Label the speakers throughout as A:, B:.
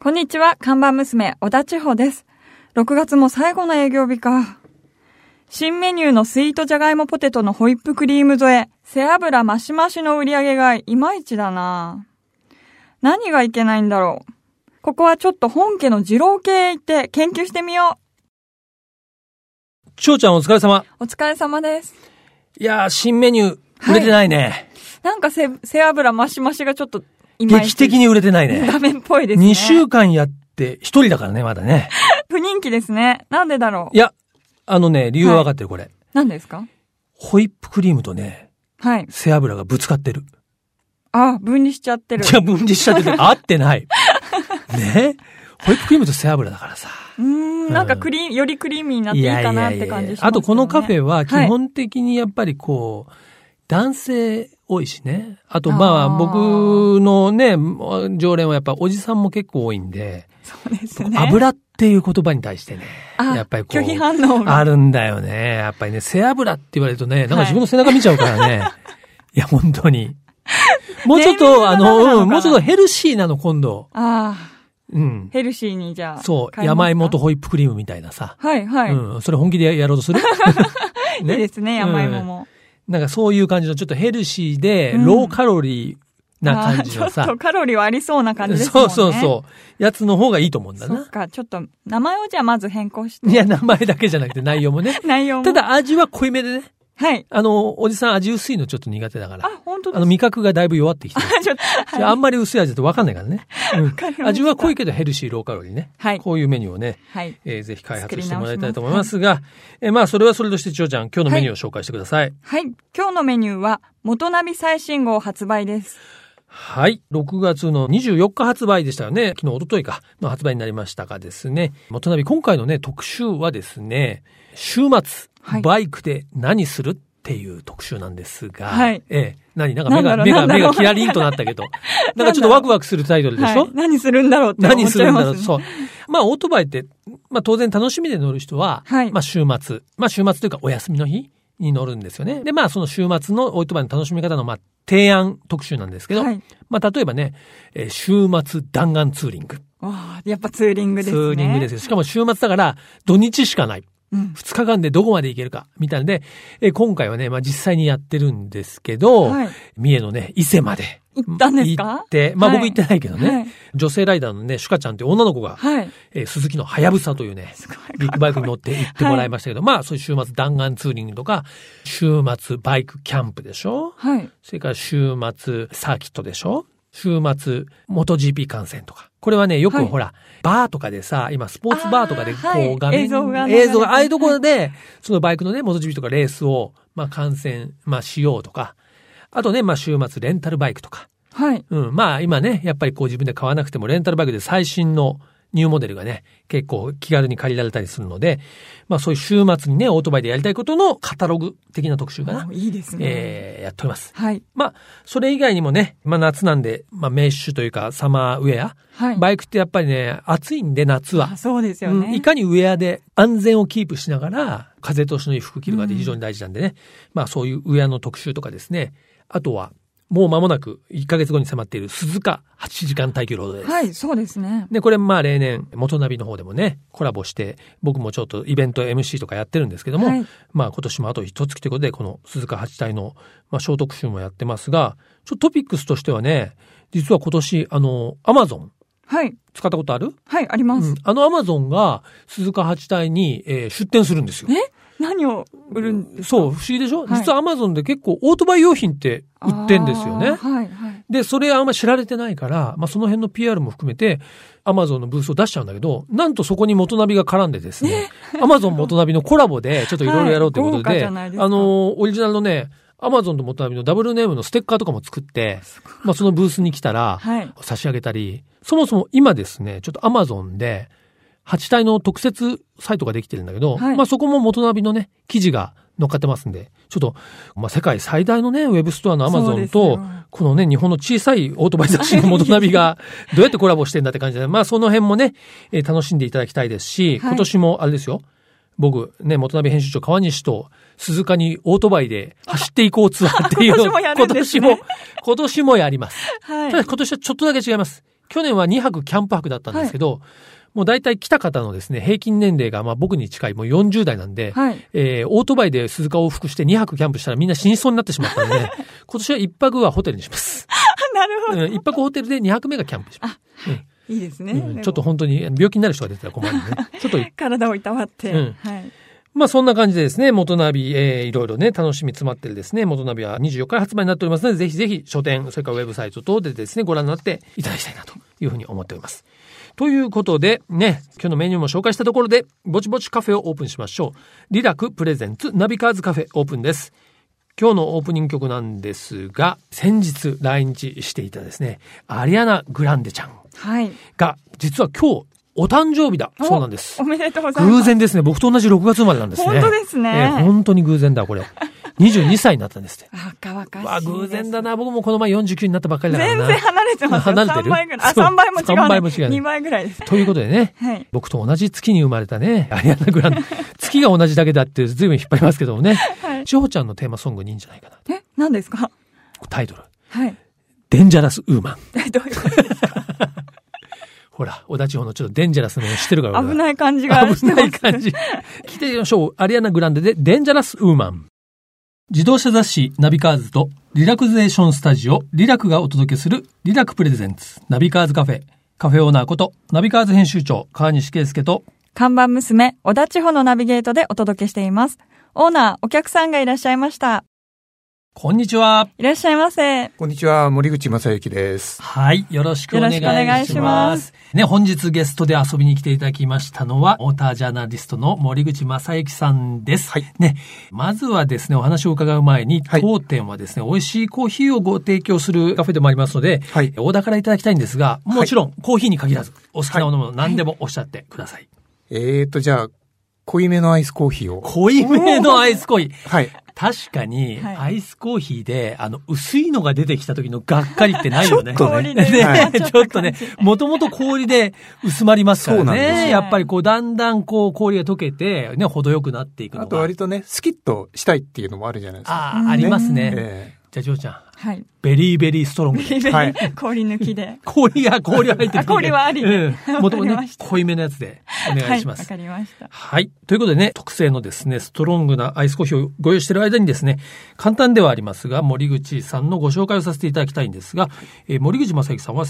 A: こんにちは、看板娘、小田千穂です。6月も最後の営業日か。新メニューのスイートジャガイモポテトのホイップクリーム添え、背脂マシマシの売り上げがいまいちだな何がいけないんだろう。ここはちょっと本家の二郎系へ行って研究してみよ
B: ちょうちゃんお疲れ様。
A: う。お疲れ様です。
B: いやー、新メニュー、
A: はい
B: 売れてないね。
A: なんかせ背脂マシマシがちょっと、いまい
B: 劇
A: ち
B: 的に売れてないね。
A: 画面っぽいですね。
B: 2週間やって、1人だからね、まだね。
A: 不人気ですね。なんでだろう
B: い。や、あのね、理由は分かってる、これ。
A: なんですか
B: ホイップクリームとね、
A: はい。
B: 背脂がぶつかっ てる。
A: あ、分離しちゃってる。
B: じゃあ分離しちゃってる。 合ってない。ねホイップクリームと背脂だからさ。
A: うーん、なんかクリーン、よりクリーミーになっていいかなって感じしますけどね、
B: あとこのカフェは基
A: はい
B: 本的にやっぱりこう、男性多いしね。あとま
A: あ
B: あ
A: ー
B: 僕のね、常連はやっぱおじさんも結構多いんで、
A: そうですね。
B: 油っていう言葉に対してね、
A: あ
B: やっぱりこう
A: 拒否反応が
B: あるんだよね。やっぱりね、背脂って言われるとね、なんか
A: はい
B: 自分の背中見ちゃうか らね。いや、本当に。もうちょっと、
A: ネーミ
B: あ
A: ングがダメなのかな
B: の、うんもうちょっとヘルシーなの、今度。
A: あ
B: うん
A: ー。ヘルシーにじゃあ。
B: そう、
A: 買いますか
B: 山芋と。ホイップクリームみたいなさ。
A: はいはい。
B: うん、それ本気でややろうとす る
A: いいですね、山芋
B: うん
A: も。
B: なんかそういう感じの、ちょっとヘルシーで、
A: うん
B: ローカロリーな感じの
A: あーちょっ
B: さ
A: と。カロリーはありそうな感じですもん
B: そう
A: ね。
B: そうそう。やつの方がいいと思うんだ
A: そっ
B: な。
A: か、ちょっと、名前をじゃあまず変更し
B: い
A: て。
B: や、名前だけじゃなくて内容 もね。
A: 内容も。
B: た、だ味は濃いめでね。
A: はい。
B: あの、おじさん味薄いのちょっと苦手だから。
A: あ、本当
B: あ
A: だ。
B: の、味覚がだいぶ弱ってきてる。
A: ちょっと、
B: じゃああんまり薄い味だと分かんないから ね。
A: かりまし
B: うん、
A: た
B: 味は濃いけどヘルシーローカロリーね。
A: はい
B: こういうメニューをね、
A: はい。
B: えーぜひ開発してもらいたいと思いますが、えーまあそれはそれとして千代ちゃん、今日のメニューを紹介してください。
A: はい。今日のメニューは、元ナビ最新号発売です。
B: はい。6月の24日発売でしたよね。昨日、一昨日か。の発売になりましたがですね。元ナビ、今回のね、特集はですね、週末、
A: はい
B: バイクで何するっていう特集なんですが、
A: はい
B: ええ、何なんか目が、
A: なん
B: 目
A: だろ
B: が、
A: うなん
B: 目
A: だろ
B: が
A: う
B: キラリンとなったけ ど、なんかちょっとワクワクするタイトルでしょ、
A: はい。何するんだろうって思
B: 何
A: っ
B: す
A: ちゃ
B: る
A: い
B: んだ
A: ます
B: ろう。
A: ね。
B: そう。まあ、オートバイって、まあ、当然楽しみで乗る人は、
A: はい
B: まあ、週末、まあ、週末というかお休みの日に乗るんですよね。で、まあ、その週末のオートバイの楽しみ方の、まあ、提案特集なんですけど、
A: はい
B: まあ、例えばね、えー週末弾丸ツーリング。
A: わあ、やっぱツーリングで
B: ツ
A: すね。
B: ーリングですよ。しかも週末だから、土日しかない。
A: うん。
B: 2日間でどこまで行けるか、みたいので、えー今回はね、まあ、実際にやってるんですけど、
A: はい
B: 三重のね、伊勢まで。
A: 行ったんですか
B: 行って、まあ、
A: はい
B: 僕行ってないけどね、
A: はい
B: 女性ライダーのね、シュカちゃんっていう女の子が、
A: はい。
B: えー鈴木のはやぶさというね、
A: ごいかっこいい
B: ビッグバイクに乗って行ってもらいましたけど、まあそういう週末弾丸ツーリングとか、週末バイクキャンプでしょ
A: はい。
B: それから週末サーキットでしょ週末、元 GP 観戦とか。これはね、よく
A: はい
B: ほら、バーとかでさ、今スポーツバーとかで
A: あ
B: こ
A: ーはいう
B: 画面、
A: 映像が流れて
B: 映像が、ああいうところで、そのバイクのね、元 GP とかレースを、まあ観戦、まあしようとか。あとね、まあ週末レンタルバイクとか。
A: はい。
B: うん、まあ今ね、やっぱりこう自分で買わなくてもレンタルバイクで最新のニューモデルがね、結構気軽に借りられたりするので、まあそういう週末にね、オートバイでやりたいことのカタログ的な特集かな
A: あ。いいですね。
B: えー、やっております。
A: はい。
B: まあ、それ以外にもね、まあ夏なんで、まあメッシュというかサマーウェア。
A: はい。
B: バイクってやっぱりね、暑いんで夏は
A: あ。そうですよね。
B: うんいかにウェアで安全をキープしながら、風通しのいい服着るかって非常に大事なんでね。まあそういうウェアの特集とかですね。あとは、もう間もなく1ヶ月後に迫っている鈴鹿8時間耐久ロードです。
A: はい、そうですね。
B: で、これまあ例年、元ナビの方でもね、コラボして、僕もちょっとイベント MC とかやってるんですけども、
A: はい
B: まあ今年もあと一月ということで、この鈴鹿八体の、まあ、小特集もやってますが、ちょっとトピックスとしてはね、実は今年、あの、アマゾン
A: はい。
B: 使ったことある
A: はい、あります。
B: うん、あのアマゾンが鈴鹿八体に、えー出店するんですよ。
A: え何を売るんですか
B: そう、不思議でし
A: は
B: ょ、
A: い
B: 実はアマゾンで結構オートバイ用品って売ってんですよ
A: あー
B: ね。
A: はい、はい。
B: で、それあんま知られてないから、まあ、その辺の PR も含めて、アマゾンのブースを出しちゃうんだけど、なんとそこに元ナビが絡んでですね、アマゾン元ナビのコラボで、ちょっといろいろやろうということ
A: はい豪華
B: で、
A: じゃないですか
B: あの、オリジナルのね、アマゾンと元ナビのダブルネームのステッカーとかも作って、まあ、そのブースに来たら、
A: はい。
B: 差し上げたり、そもそも今ですね、ちょっとアマゾンで、8体の特設サイトができてるんだけど、
A: はい
B: まあそこも元ナビのね、記事が載っかってますんで、ちょっと、まあ世界最大のね、ウェブストアのアマ
A: そ
B: ゾ
A: うで
B: ン
A: すよ
B: と、このね、日本の小さいオートバイ雑誌の元ナビが、どうやってコラボしてんだって感じで、まあその辺もね、えー楽しんでいただきたいですし、
A: はい
B: 今年もあれですよ、僕、ね、元ナビ編集長川西と鈴鹿にオートバ イで走っていこうツアーっていう
A: 今
B: の
A: 年もやるんですね
B: 今年も、今年もやります。
A: は
B: ただ
A: い。
B: 今年はちょっとだけ違います。去年は2泊キャンプ泊だったんですけど、もう大体来た方のですね、平均年齢がまあ僕に近いもう40代なんで、
A: はい。
B: えーオートバイで鈴鹿往復して2泊キャンプしたらみんな死にそうになってしまったので、今年は1泊はホテルにします。
A: なるほ
B: う
A: ど。
B: ん、1泊ホテルで2泊目がキャンプします。
A: いいですね。
B: うん
A: でも
B: ちょっと本当に病気になる人が出てたら困るんでね。ちょっと
A: 体をいたわって。
B: うん
A: はい。
B: まあそんな感じでですね、元ナビ、えーいろいろね、楽しみ詰まってるですね、元ナビは24日発売になっておりますので、ぜひぜひ書店、それからウェブサイト等でですね、ご覧になっていただきたいなというふうに思っております。ということで、ね、今日のメニューも紹介したところで、ぼちぼちカフェをオープンしましょう。リラクプレゼンツナビカーズカフェオープンです。今日のオープニング曲なんですが、先日来日していたですね、アリアナ・グランデちゃん
A: はい。
B: が、実は今日、お誕生日だそうなんです
A: お。おめでとうございます。
B: 偶然ですね。僕と同じ6月生まれなんです
A: 本
B: ね。
A: 当ですね
B: ええ本当に偶然だ、これ。22歳になった んですって。
A: 若々しいです。
B: わあ、偶然だな。僕もこの前49になったばっかりだから
A: 全
B: な。
A: 然離れてますよ。
B: 離れてる
A: 3倍ぐらい。あ、
B: そう
A: 3倍も違う、ね。
B: 三倍も違うね
A: 2倍ぐらいです。
B: ということでね、
A: はい。
B: 僕と同じ月に生まれたね、アリアナグ ランデ。月が同じだけだって随分引っ張りますけどもね。
A: はい
B: 千穂ちゃんのテーマソングにいいんじゃないかな。
A: え、何ですか
B: タイトル。
A: はい。
B: デンジャラスウーマン。
A: えどういうことです
B: ほら、小田地方のちょっとデンジャラスの知ってるから
A: か
B: 俺は
A: 危ない感じがし
B: 危
A: てます。
B: ない感じ。来てみましょう。アリアナ・グランデで、デンジャラス・ウーマン。自動車雑誌ナビカーズとリラクゼーションスタジオリラクがお届けするリラクプレゼンツナビカーズカフェ。カフェオーナーことナビカーズ編集長川西圭介と
A: 看板娘、小田千穂のナビゲートでお届けしています。オーナー、お客さんがいらっしゃいました。
B: こんにちは。
A: いらっしゃいませ。
C: こんにちは、森口正幸です。
B: はい。よろしくお願いします。
A: よろしくお願いします
B: ね、本日ゲストで遊びに来ていただきましたのは、オータージャーナリストの森口正幸さんです。
C: はい
B: ね、まずはですね、お話を伺う前に、
C: はい
B: 当店はですね、美味しいコーヒーをご提供するカフェでもありますので、
C: はい
B: オーダーからいただきたいんですが、もちろん、コーヒーに限らず、お好きなものも何でもおっしゃってください。
C: えーと、じゃあ、濃いめのアイスコーヒーを。
B: 濃いめのアイスコーヒー。
C: はい。
B: 確かに、
A: はい
B: アイスコーヒーで、あの、薄いのが出てきた時のがっかりってないよね。
C: ちょっと
A: 氷
C: ね
A: で。
B: ね、
C: はい
B: ちょっとね、もともと氷で薄まりますから
C: そうなんです
B: ね。
A: よ
B: やっぱりこう、だんだんこう、氷が溶けて、ね、程よくなっていくの
C: あ
B: が。
C: と割とね、スキッとしたいっていうのもあるじゃないですか。
B: ああ、ありますね。
C: え
B: じゃあ、ジョーちゃん、
A: はい。
B: ベリーベリーストロング。
C: はい
A: 氷抜きで。
B: 氷が、氷が入ってる。
A: あ氷はあり
B: うん。もとも
A: わかりま
B: とね
A: し、た
B: 濃いめのやつでお願いしま
A: は
B: す
A: わ。かりました。
B: はい。ということでね、特製のですね、ストロングなアイスコーヒーをご用意している間にですね、簡単ではありますが、森口さんのご紹介をさせていただきたいんですが、えー森口正幸さんは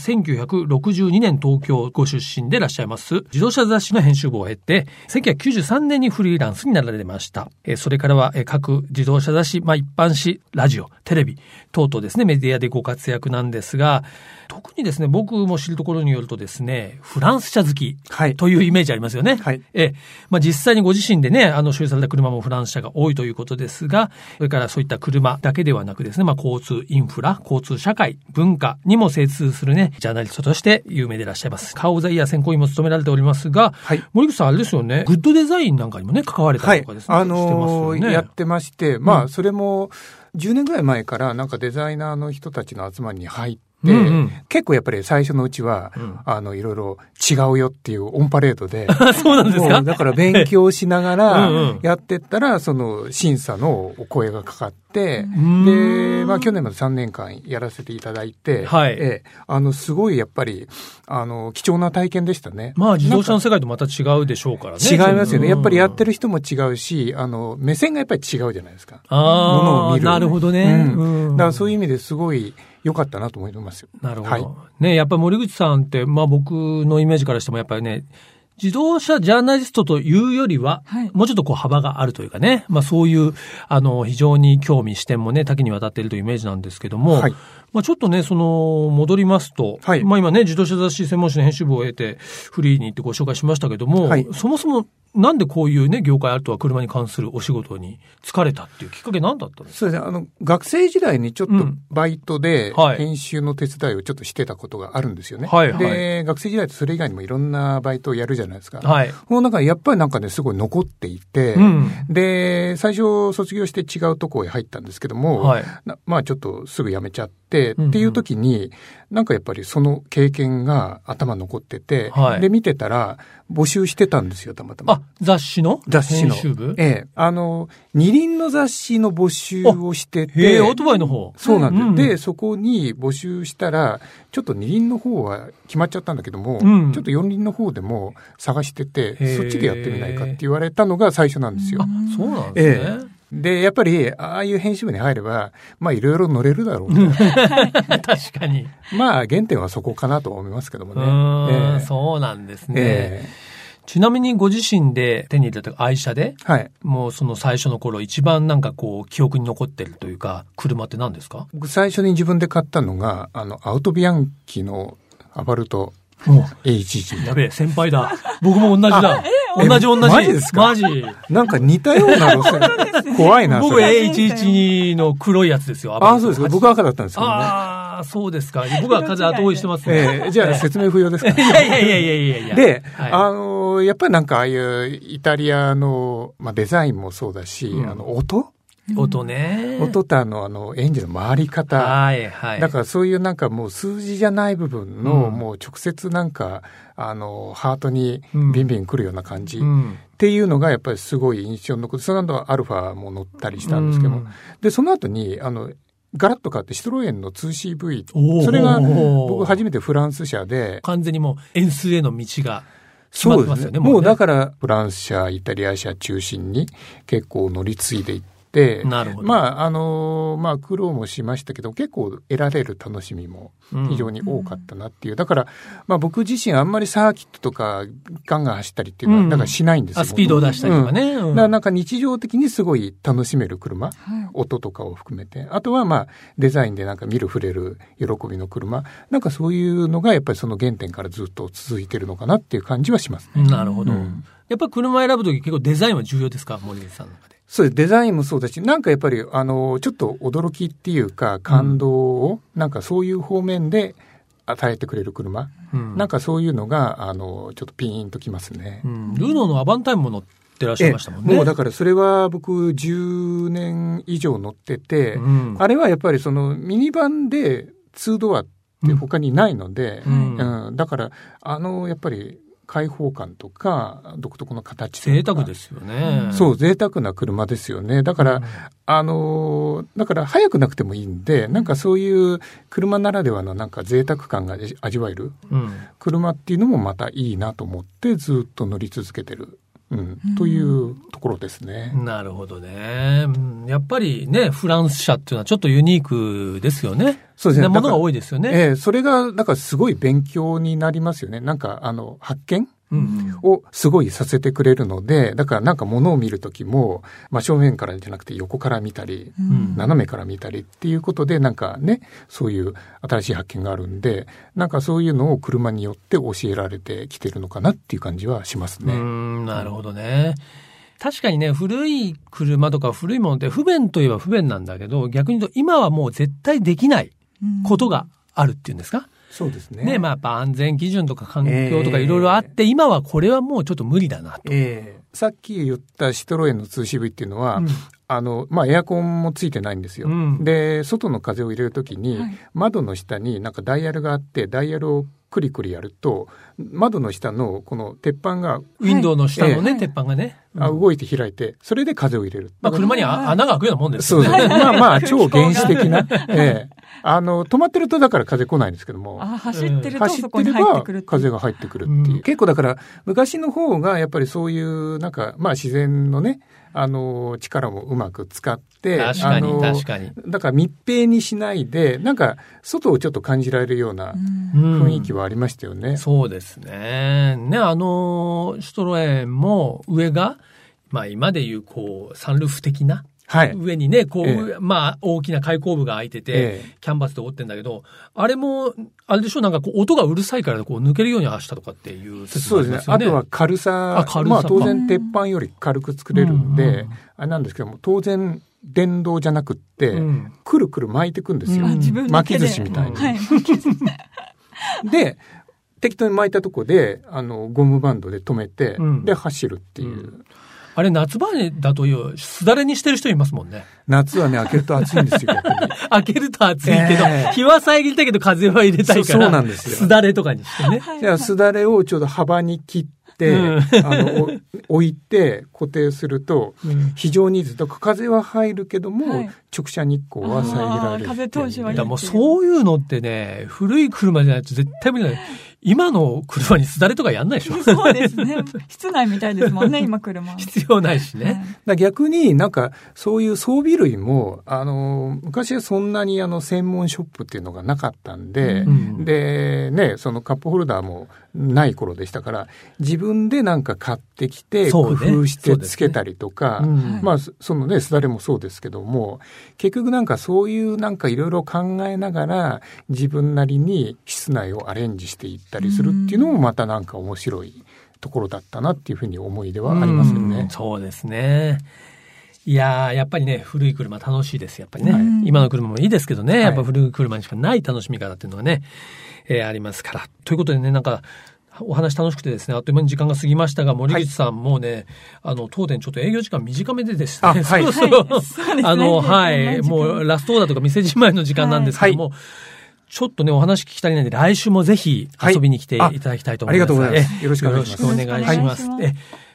B: 1962年東京ご出身でいらっしゃいます、自動車雑誌の編集部を経て、1993年にフリーランスになられました。えーそれからは、えー各自動車雑誌、まあ一般誌、ラジオ、テレビ、等々ですね、メディアでご活躍なんですが、特にですね、僕も知るところによるとですね、フランス車好き
C: はい
B: というイメージありますよね。
C: はい
B: ええ、まあ、実際にご自身でね、あの、所有された車もフランス車が多いということですが、それからそういった車だけではなくですね、まあ、交通インフラ、交通社会、文化にも精通するね、ジャーナリストとして有名でいらっしゃいます。カーオブザイヤー選考委員も務められておりますが、
C: はい
B: 森口さん、あれですよね、グッドデザインなんかにもね、関われ
C: え
B: た
C: は
B: り
C: い
B: とかで。すね、
C: あのー
B: してますよね。
C: やってまして、まあ、それも、10年ぐらい前から、なんかデザイナーの人たちの集まりに入って、
B: うんうん
C: 結構やっぱり最初のうちは、
B: うん
C: あの、いろいろ違うよっていうオンパレードで、
B: あ そうなんです
C: も
B: か
C: うだから勉強しなが
B: うんう
C: ら
B: ん
C: やってったら、その審査のお声がかかって、
B: ー
C: で、まあ去年まで3年間やらせていただいて、
B: はい
C: ええあの、すごいやっぱり、あの、貴重な体験でしたね。
B: まあ、自動車の世界とまた違うでしょうからね。
C: 違いますよね。やっぱりやって
B: る。
C: る人も違うし、あの、目線がやっぱり違うじゃないですか。もの
B: あ
C: を
B: あ、
C: 見る
B: なるほどね。
C: うん
B: うん
C: だからそういう意味ですごい良かったなと思いますよ。
B: なるほど。
C: はい
B: ね、やっぱり森口さんって、まあ僕のイメージからしてもやっぱりね、自動車ジャーナリストというよりは、
A: はい
B: もうちょっとこう幅があるというかね、まあそういう、あの、非常に興味視点もね、多岐にわたっているというイメージなんですけども、
C: はい
B: まあちょっとね、その、戻りますと、
C: はい
B: まあ今ね、自動車雑誌専門誌の編集部を得て、フリーに行ってご紹介しましたけども、
C: はい
B: そもそもなんでこういうね、業界あるとは車に関するお仕事に疲れたっていうきっかけ何だったんですか
C: そうですね。あの、学生時代にちょっと
B: うん
C: バイトで
B: はい、
C: 編集の手伝いをちょっとしてたことがあるんですよね。
B: はいはい
C: で、学生時代ってそれ以外にもいろんなバイトをやるじゃないですか。
B: はい。
C: この中でやっぱりなんかね、すごい残っていて、
B: うん。
C: で、最初卒業して違うとこへ入ったんですけども、
B: はい。
C: なまあちょっとすぐ辞めちゃっ
B: う
C: て、
B: んうん
C: っていう時に、なんかやっぱりその経験が頭に残ってて、
B: はい
C: で、見てたら募集してたんですよ、たまたま。
B: あ、雑誌の
C: 雑誌の
B: 編集部
C: ええ、あの、二輪の雑誌の募集をして
B: へ
C: て
B: え、、オートバイの方。
C: そうなんです、
B: うん
C: で、そこに募集したら、ちょっと二輪の方は決まっちゃったんだけども、
B: うん
C: ちょっと四輪の方でも探して
B: へ
C: て、
B: え
C: そっちでやってみないかって言われたのが最初なんですよ
B: あ。、そうなんですね。
C: で、やっぱり、ああいう編集部に入れば、まあいろいろ乗れるだろうと。
B: 確かに。
C: まあ原点はそこかなと思いますけども
B: う
C: ね。
B: ー
C: ええ
B: ん、そうなんですね。
C: え
B: ちなみにご自身で手に入れた愛車で、
C: えはい。
B: もうその最初の頃一番なんかこう記憶に残ってるというか、車って何ですか
C: 僕最初に自分で買ったのが、あの、アウトビアンキのアバルト
B: も
C: A1G。
B: やべえ、先輩だ。僕も同じだ。
C: え
B: 同じ同じ。
C: マジですか
B: マジ。
C: なんか似たような路線。怖いな、そ
B: 僕
C: れ。
B: A112 の黒いやつですよ。
C: ああ、そうですか。僕赤だったんですけどね。
B: ああ、そうですか。僕は風後追いしてます
C: え
B: ね。
C: えじゃあ説明不要です か
B: いやいやいやいやいやいや。
C: で、
B: はい
C: あのーやっぱりなんかああいうイタリアの、まあ、デザインもそうだし、
B: うん
C: あの音
B: 音ね。
C: 音とあのあのエンジンの回り方、
B: はいはい。
C: だからそういうなんかもう数字じゃない部分
B: う
C: の、
B: ん
C: もう直接なんかあのハートに
B: うん
C: ビンビン来るような感じ、
B: う
C: っ
B: ん、
C: ていうのがやっぱりすごい印象に残ってその後アルファも乗ったりしたんですけども、
B: うん
C: でその後にあのガラッと変わってシトロエンの 2CV
B: おー
C: それが
B: おー
C: 僕初めてフランス車で
B: 完全にもう円数への道が決ま
C: そ
B: って
C: うで
B: ますす
C: ね
B: よね。
C: もう
B: ね
C: だからフランス車イタリア車中心に結構乗り継いでいって
B: なるほど
C: まああのーまあ苦労もしましたけど結構得られる楽しみも
B: うん
C: 非常に多かったなっていう、だから、まあ、僕自身あんまりサーキットとかガンガン走ったりっていうの
B: うん
C: はだからしないんですよ、
B: あスピードを出したりとかね。う
C: うんんだからなんか日常的にすごい楽しめる車
A: はい。
C: 音とかを含めてあとはまあデザインでなんか見る触れる喜びの車なんかそういうのがやっぱりその原点からずっと続いてるのかなっていう感じはします
B: なるほど。
C: うん
B: やっぱ車選ぶとき結構デザインは重要ですか森口さんの中で。
C: そうですデザインもそうだしなんかやっぱりあのちょっと驚きっていうか感動を、なんかそういう方面で与えてくれる車、
B: うん
C: なんかそういうのがあのちょっとピーンときますね
B: う。んルーノーのアバンタイムも乗ってらっしゃいましたもんね。
C: もうだからそれは僕10年以上乗ってて、
B: うん
C: あれはやっぱりそのミニバンで2ドアって他にないので、
B: うん
C: うんだからあのやっぱり開放感とか独特の形とか
B: 贅沢ですよね。
C: そう、贅沢な車ですよね。だから、
B: うん
C: あのーだから早くなくてもいいんで、なんかそういう車ならではのなんか贅沢感が味わえる
B: うん。
C: 車っていうのもまたいいなと思ってずっと乗り続けてる、うん
A: うん、
C: というところですね。
B: なるほどね。うんやっぱりね、フランス車っていうのはちょっとユニークですよね。
C: そうですね
B: なもの
C: だか
B: が
C: ら
B: 多いですよね。
C: ええそれが、だからすごい勉強になりますよね。なんか、あの、発見
B: うん
C: をすごいさせてくれるので、だからなんか物を見るときも、真正面からじゃなくて横から見たり、
A: うん
C: 斜めから見たりっていうことでなんかねそういう新しい発見があるんでなんかそういうのを車によって教えられてきてるのかなっていう感じはします
B: うー
C: ね。
B: ん、なるほどね。確かにね、古い車とか古いものって不便といえば不便なんだけど、逆に言うと今はもう絶対できないことがあるっていうんですか。
C: そうですね
B: ね、まあやっぱ安全基準とか環境とか
C: ええ
B: いろいろあって、今はこれはもうちょっと無理だなと。
C: ええさっき言ったシトロエンの通し部っていうのは、
B: うん
C: あのまあ、エアコンもついてないんですよ。
B: うん
C: で外の風を入れるときに、
A: はい
C: 窓の下になんかダイヤルがあってダイヤルをクリクリやると窓の下のこの鉄板が
B: ウィンドウの下のね、
A: はい
B: 鉄板がね。
C: あ
B: うん
C: 動いて開いてそれで風を入れる。
B: まあ車にあ穴が開くようなもんです
C: そ
B: よ
C: う
B: ね。
C: そう。まあまあ、超原始的な。ええ。あの、止まってるとだから風来ないんですけども。
A: あ、走ってると
C: 走
A: そ
C: っ
A: こ
C: て
A: に入
C: れ
A: って
C: ば
A: くるっていう
C: 風が入ってくるっていう。
B: うん
C: 結構だから、昔の方がやっぱりそういう、なんか、まあ自然のね、あの、力もうまく使って、
B: 確か
C: あ
B: に、
C: の
B: 確かに。
C: だから密閉にしないで、なんか、外をちょっと感じられるような
A: うん
B: うん
C: 雰囲気はありましたよね。
B: そうですね。ね、あの、シュトロエンも上が、まあ今でいうこう、サンルーフ的な、
C: はい。
B: 上にね、こう、
C: ええ
B: 上まあ大きな開口部が開いてて、
C: ええ
B: キャンバスで覆ってんだけど、あれも、あれでしょなんかこう音がうるさいからこう抜けるようにしたとかっていう説
C: そ
B: もあ
C: う
B: り
C: で
B: ますす
C: ね。
B: よ
C: あ
B: ね。
C: とは軽さ。
B: あ軽さ
C: まあ当
A: うん
C: 然鉄板より軽く作れるんで、
B: うんうん
C: あれなんですけども、当然電動じゃなくって、
B: うん
C: くるくる巻いていくんですよ。
B: うん
A: あ自分の手
C: 巻き
A: で
C: 寿司みたいに。
A: はい。巻き寿司
C: で、適当に巻いたとこで、あの、ゴムバンドで止めて、
B: うん
C: で、走るっていう。
B: あれ夏場だというすだれにしてる人いますもんね。
C: 夏はね、開けると暑いんですよ、 逆に
B: 開けると暑いけど、
C: ええ
B: 日は遮りたいけど風は入れたいから、
C: そうそうなんですよ
B: だれとかにしてね。
A: はい
C: じゃあ、すだれをちょうど幅に切って、
B: うん
C: あの、お 置いて固定すると、
B: うん
C: 非常にいいです。だから風は入るけども、
A: はい
C: 直射日光は遮られる。
A: あー風通しは
B: だ
A: いい
B: からもうそういうのってね、古い車じゃないと絶対無理だね。今の車にすだれとかやんないでしょ
A: そうですね。室内みたいですもんね、今車。
B: 必要ないしね。
C: だから逆になんかそういう装備類も、あの、昔はそんなにあの専門ショップっていうのがなかったんで、
A: う
B: うん
C: でね、そのカップホルダーもない頃でしたから自分でなんか買ってきて
B: そう
C: 工
B: ね
C: 夫し
B: そ
C: て
B: うですね
C: つけたりとか、
B: うん
C: まあそそのねすだれもそうですけども結局なんかそういうなんかいろいろ考えながら自分なりに室内をアレンジしていったりするっていうのもまたなんか面白いところだったなっていうふうに思い出はありますよ
B: うん
C: ね。
B: そうですね。いやー、やっぱりね、古い車楽しいです。やっぱりね。
A: はい
B: 今の車もいいですけどね、
C: い
B: やっぱ古い車にしかない楽しみ方っていうのがね、えーありますから。ということでね、なんか、お話楽しくてですね、あっという間に時間が過ぎましたが、森口さん、もうね、あの、当店ちょっと営業時間短めでですね、
C: あはい
B: そろ
A: はい
B: そ
A: そ
B: ろ
A: うですね
B: あの、は
A: 時間ない時
B: い、
A: 間
B: もうラストオーダーとか店じまいの時間なんですけども、ちょっとね、お話聞き足りないんで、来週もぜひ遊びに来ていただきたいと思います。
C: はいあありがとうございます
B: え
C: よろしくお願いします
B: よろくお願いします
A: はい
B: え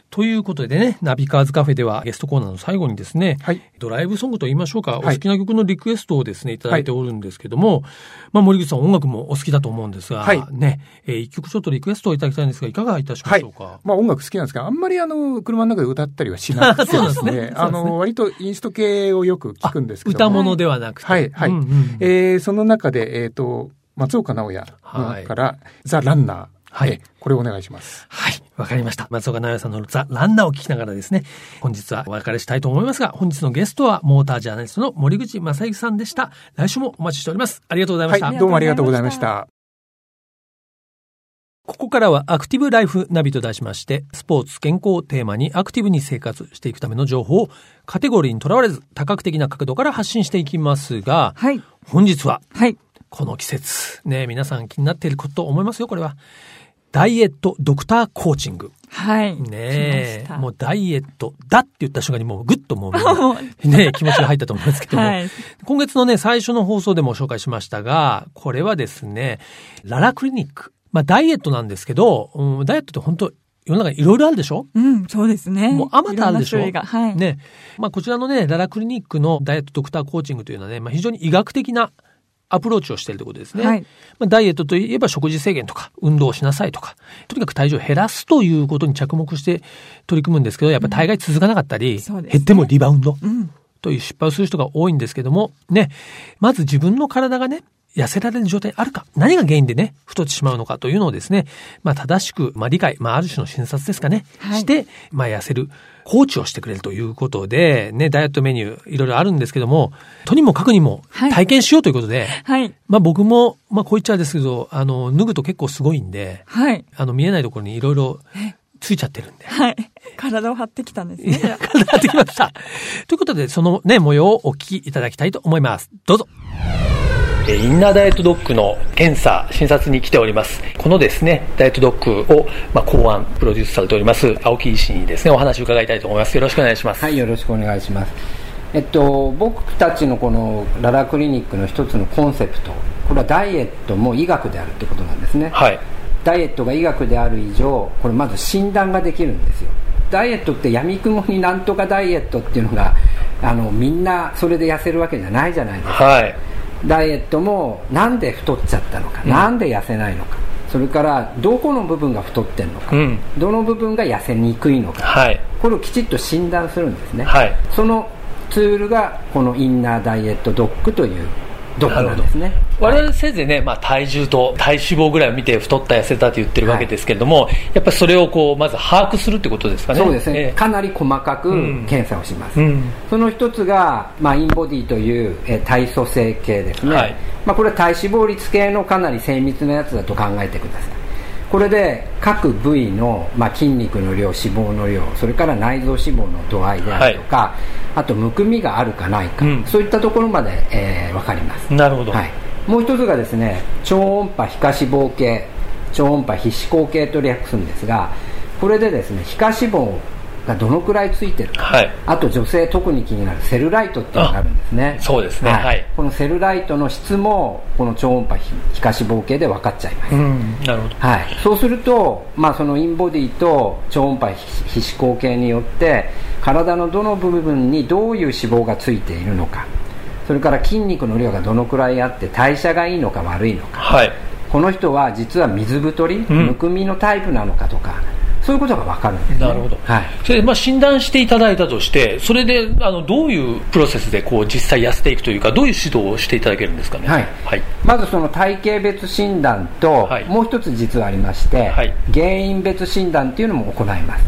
B: ということでね、ナビカーズカフェではゲストコーナーの最後にですね、
C: はい
B: ドライブソングと言いましょうか、
C: い
B: お好きな曲のリクエストをですね、いただいておるんですけども、まあ森口さん音楽もお好きだと思うんですが、
C: はい
B: ね、えー一曲ちょっとリクエストをいただきたいんですが、いかがいたしましょうか、
C: まあ音楽好きなんですけど、あんまりあの、車の中で歌ったりはしなく て
B: そう
C: で
B: です
C: す
B: ね
C: ね、
B: そうですね
C: あの、割とインスト系をよく聞くんですけど
B: 歌
C: も、
B: 物ではなくて。
C: はいはい
B: うんうん
C: えーその中で、えっ、と、松岡直也
B: はい
C: から、ザ・ランナー。
B: はい
C: えーこれお願いします。
B: はい。わかりました。松岡直也さんのザ・ランナーを聞きながらですね、本日はお別れしたいと思いますが、本日のゲストはモータージャーナリストの森口正幸さんでした。来週もお待ちしております。ありがとうございま
C: は
B: した。
C: い、どうもありがとうございました。
B: ここからはアクティブライフナビと題しまして、スポーツ、健康をテーマにアクティブに生活していくための情報をカテゴリーにとらわれず多角的な角度から発信していきますが、
A: はい。
B: 本日は
A: はい。
B: この季節、ね、皆さん気になっていること思いますよ、これは。ダイエットドクターコーチング。
A: はい。
B: ね
A: 来まし
B: え、
A: た
B: もうダイエットだって言った瞬間にもうグッともうみん な
A: も
B: ね、気持ちが入ったと思いますけど も、
A: はい
B: 今月のね、最初の放送でも紹介しましたが、これはですね、ララクリニック。まあ、ダイエットなんですけど、うん、ダイエットって本当世の中にいろいろあるでしょ
A: うん、そうですね。
B: もうあまたあるでしょ
A: いろんな種類がはい。
B: ね。まあ、こちらのね、ララクリニックのダイエットドクターコーチングというのはね、まあ、非常に医学的なアプローチをしているということですね。
A: はい
B: まあ、ダイエットといえば食事制限とか、運動をしなさいとか、とにかく体重を減らすということに着目して取り組むんですけど、やっぱり大概続かなかったり、
A: そうですね
B: 減ってもリバウンド
A: うん。
B: という失敗をする人が多いんですけども、ね、まず自分の体がね、痩せられる状態あるか、何が原因でね、太ってしまうのかというのをですね、まあ正しく、まあ理解、まあある種の診察ですかね、
A: はい
B: して、まあ痩せる、コーチをしてくれるということで、ね、ダイエットメニューいろいろあるんですけども、とにもかくにも
A: はい
B: 体験しようということで、
A: はい。
B: まあ僕も、まあこう言っちゃですけど、あの、脱ぐと結構すごいんで、
A: はい。
B: あの見えないところにいろいろついちゃってるんで、
A: はい。 体を張ってきたん ですね。
B: 体がってきました。 ということで、そのね、模様をお聞きいただきたいと思います。どうぞ。インナーダイエットドッグの検査、診察に来ております。このですね、ダイエットドッグを、まあ、考案、プロデュースされております、青木医師にですね、お話を伺いたいと思います。よろしくお願いします。
D: はい、よろしくお願いします。えっと、僕たちのこのララクリニックの一つのコンセプト、これはダイエットも医学であるってことなんですね。
B: はい。
D: ダイエットが医学である以上、これまず診断ができるんですよ。ダイエットって闇雲になんとかダイエットっていうのが、あのみんなそれで痩せるわけじゃないじゃないですか。
B: はい。
D: ダイエットもなんで太っちゃったのか、
B: うん
D: なんで痩せないのか、それからどこの部分が太ってんのか、
B: うん
D: どの部分が痩せにくいのか、
B: はい。
D: これをきちっと診断するんですね、
B: はい
D: そのツールがこのインナーダイエットドッグというドッグなんですね
B: 我々せいぜいね、まあ、体重と体脂肪ぐらいを見て太った痩せたと言ってるわけですけれども、やっぱりそれをこうまず把握するってことですかね
D: そうですね、
B: ええ
D: かなり細かく
B: うん
D: 検査をします、
B: うん
D: その一つが、まあ、インボディという、えー体組成系ですね、
B: はい
D: まあ、これは体脂肪率系のかなり精密なやつだと考えてくださいこれで各部位の、まあ、筋肉の量脂肪の量それから内臓脂肪の度合いであるとか、あとむくみがあるかないか、
B: うん
D: そういったところまで、え分かります
B: なるほど、
D: はい、もう一つがですね超音波皮下脂肪系超音波皮脂肪系と略するんですがこれでですね皮下脂肪がどのくらいついてるか、
E: はい
D: あと女性特に気になるセルライトっていうのがあるんですね
E: あそうですねはい
D: このセルライトの質もこの超音波ひ皮下脂肪系で分かっちゃいます、
E: うんなるほど
D: はい、そうすると、まあ、そのインボディと超音波皮脂口径によって体のどの部分にどういう脂肪がついているのかそれから筋肉の量がどのくらいあって代謝がいいのか悪いのか
E: はい
D: この人は実は水太り、
E: ん
D: むくみのタイプなのかとかそういうことが分かるんです、ね、
E: なるほど、
D: はい
E: それでまあ、診断していただいたとして、それであのどういうプロセスでこう実際痩せていくというか、どういう指導をしていただけるんですかね。
D: はい
E: はい、
D: まずその体型別診断と、
E: はい
D: もう一つ実はありまして、
E: はい
D: 原因別診断っていうのも行います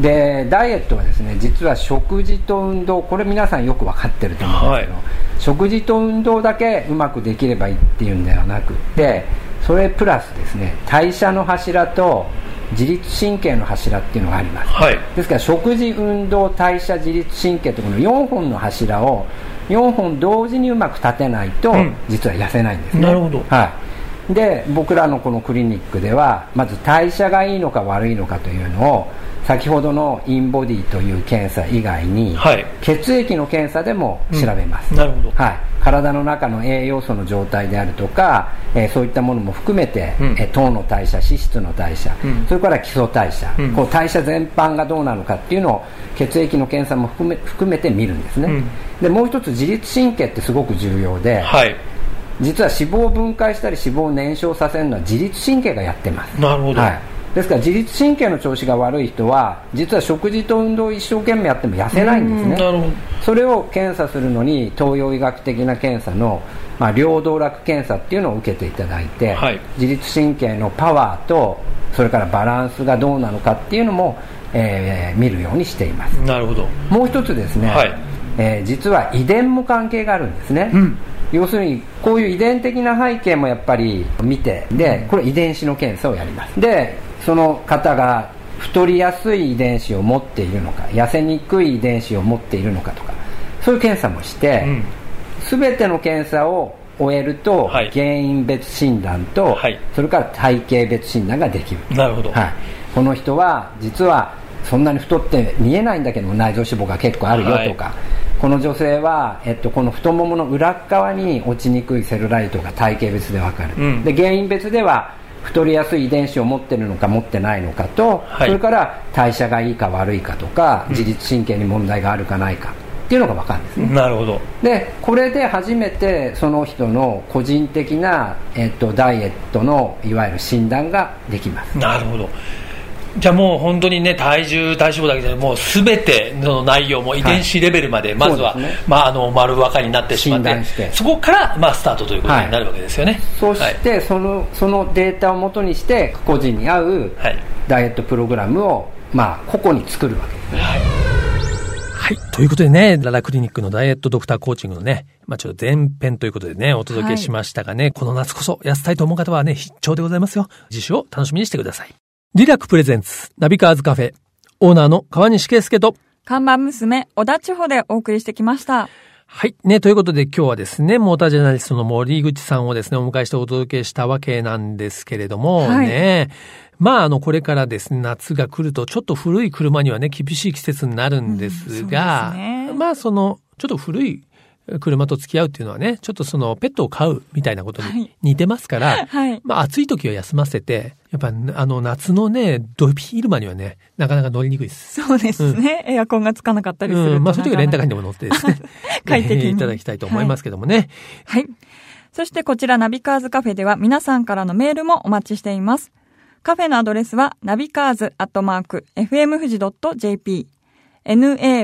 D: でダイエットはですね実は食事と運動これ皆さんよく分かってると思うんですけど、
E: はい
D: 食事と運動だけうまくできればいいっていうんではなくってそれプラスですね代謝の柱と自律神経の柱っていうのがあります
E: はい
D: ですから食事運動代謝自律神経とこの4本の柱を4本同時にうまく立てないと、
E: うん
D: 実は痩せないんですね
E: なるほど
D: はい、で僕らのこのクリニックではまず代謝がいいのか悪いのかというのを先ほどのインボディという検査以外に、
E: はい
D: 血液の検査でも調べます、
E: なるほど
D: はい、体の中の栄養素の状態であるとか、えーそういったものも含めて、
E: うん
D: えー糖の代謝脂質の代謝、
E: うん
D: それから基礎代謝、
E: うん
D: こう代謝全般がどうなのかっていうのを血液の検査も含め含めて見るんですね、
E: うん
D: でもう一つ自律神経ってすごく重要で、
E: はい、
D: 実は脂肪を分解したり脂肪を燃焼させるのは自律神経がやってます
E: なるほど、
D: はい、ですから自律神経の調子が悪い人は実は食事と運動を一生懸命やっても痩せないんですね
E: なるほど
D: それを検査するのに東洋医学的な検査の、まあ、両動脈検査っていうのを受けていただいて、
E: はい
D: 自律神経のパワーとそれからバランスがどうなのかっていうのも、えー見るようにしています
E: なるほど、
D: もう一つですね、
E: はい
D: えー実は遺伝も関係があるんですね、
E: ん
D: 要するにこういう遺伝的な背景もやっぱり見てでこれ遺伝子の検査をやりますでその方が太りやすい遺伝子を持っているのか痩せにくい遺伝子を持っているのかとかそういう検査もして、
E: うん
D: 全ての検査を終えると、
E: はい
D: 原因別診断と、
E: はい
D: それから体型別診断ができる
E: なるほど、
D: はい、この人は実はそんなに太って見えないんだけど内臓脂肪が結構あるよとか、この女性は、えっと、この太ももの裏っ側に落ちにくいセルライトが体型別で分かる、
E: うん
D: で原因別では太りやすい遺伝子を持ってるのか持ってないのかと、
E: はい
D: それから代謝がいいか悪いかとか、自律神経に問題があるかないかっていうのが分かるんですね
E: なるほど、
D: でこれで初めてその人の個人的な、えっと、ダイエットのいわゆる診断ができます
E: なるほど。じゃあもう本当にね体重体脂肪だけじゃなくてもうすべての内容も遺伝子レベルまで、まずは、
D: そうですね
E: まああの丸分かりになってしまっ
D: 診
E: て
D: 断して
E: そこからまあスタートということになるわけですよね。
D: そ
E: はい
D: してその,、そのデータをもとにして個人に合う
E: はい
D: ダイエットプログラムを、まあ、個々に作るわけですね
B: はい。ということでね、ララクリニックのダイエットドクターコーチングのね、まあちょっと前編ということでね、お届けしましたがね、この夏こそ痩せたいと思う方はね、必聴でございますよ。自主を楽しみにしてください。リラックプレゼンツ、ナビカーズカフェ、オーナーの川西圭介と、
A: 看板娘、小田地方でお送りしてきました。
B: はい。ね、ということで今日はですね、モータージャーナリストの森口さんをですね、お迎えしてお届けしたわけなんですけれども、
A: はい
B: ね。まあ、あの、これからですね、夏が来ると、ちょっと古い車にはね、厳しい季節になるんですが、
A: うんそうですね
B: まあ、その、ちょっと古い車と付き合うっていうのはね、ちょっとその、ペットを飼うみたいなこと
A: は
B: に
A: い
B: 似てますから、
A: はい。
B: まあ、暑い時は休ませて、やっぱ、あの、夏のね、ド昼間にはね、なかなか乗りにくいです。
A: そうですね。エアコンがつかなかったりする
B: う
A: と
B: ん、まあ、そういう時はレンタカーに
A: なか。
B: でも乗ってですね
A: 快適に
B: いただきたいと思いますけどもね。
A: なかはい。そしてこちらナビカーズカフェでは皆さんからのメールもお待ちしています。カフェのアドレスは、ナビカーズアットマーク、fmfuji.jp、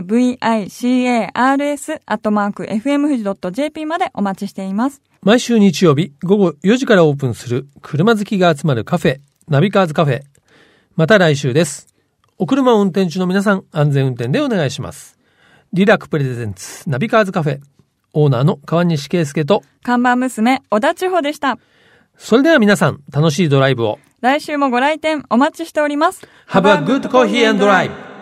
A: navicars アットマーク、fmfuji.jp までお待ちしています。
B: 毎週日曜日午後4時からオープンする車好きが集まるカフェ、ナビカーズカフェ。また来週です。お車を運転中の皆さん、安全運転でお願いします。リラックプレゼンツ、ナビカーズカフェ。オーナーの川西圭介と、
A: 看板娘、小田地方でした。
B: それでは皆さん、楽しいドライブを。
A: 来週もご来店お待ちしております。
B: Have a good coffee and drive!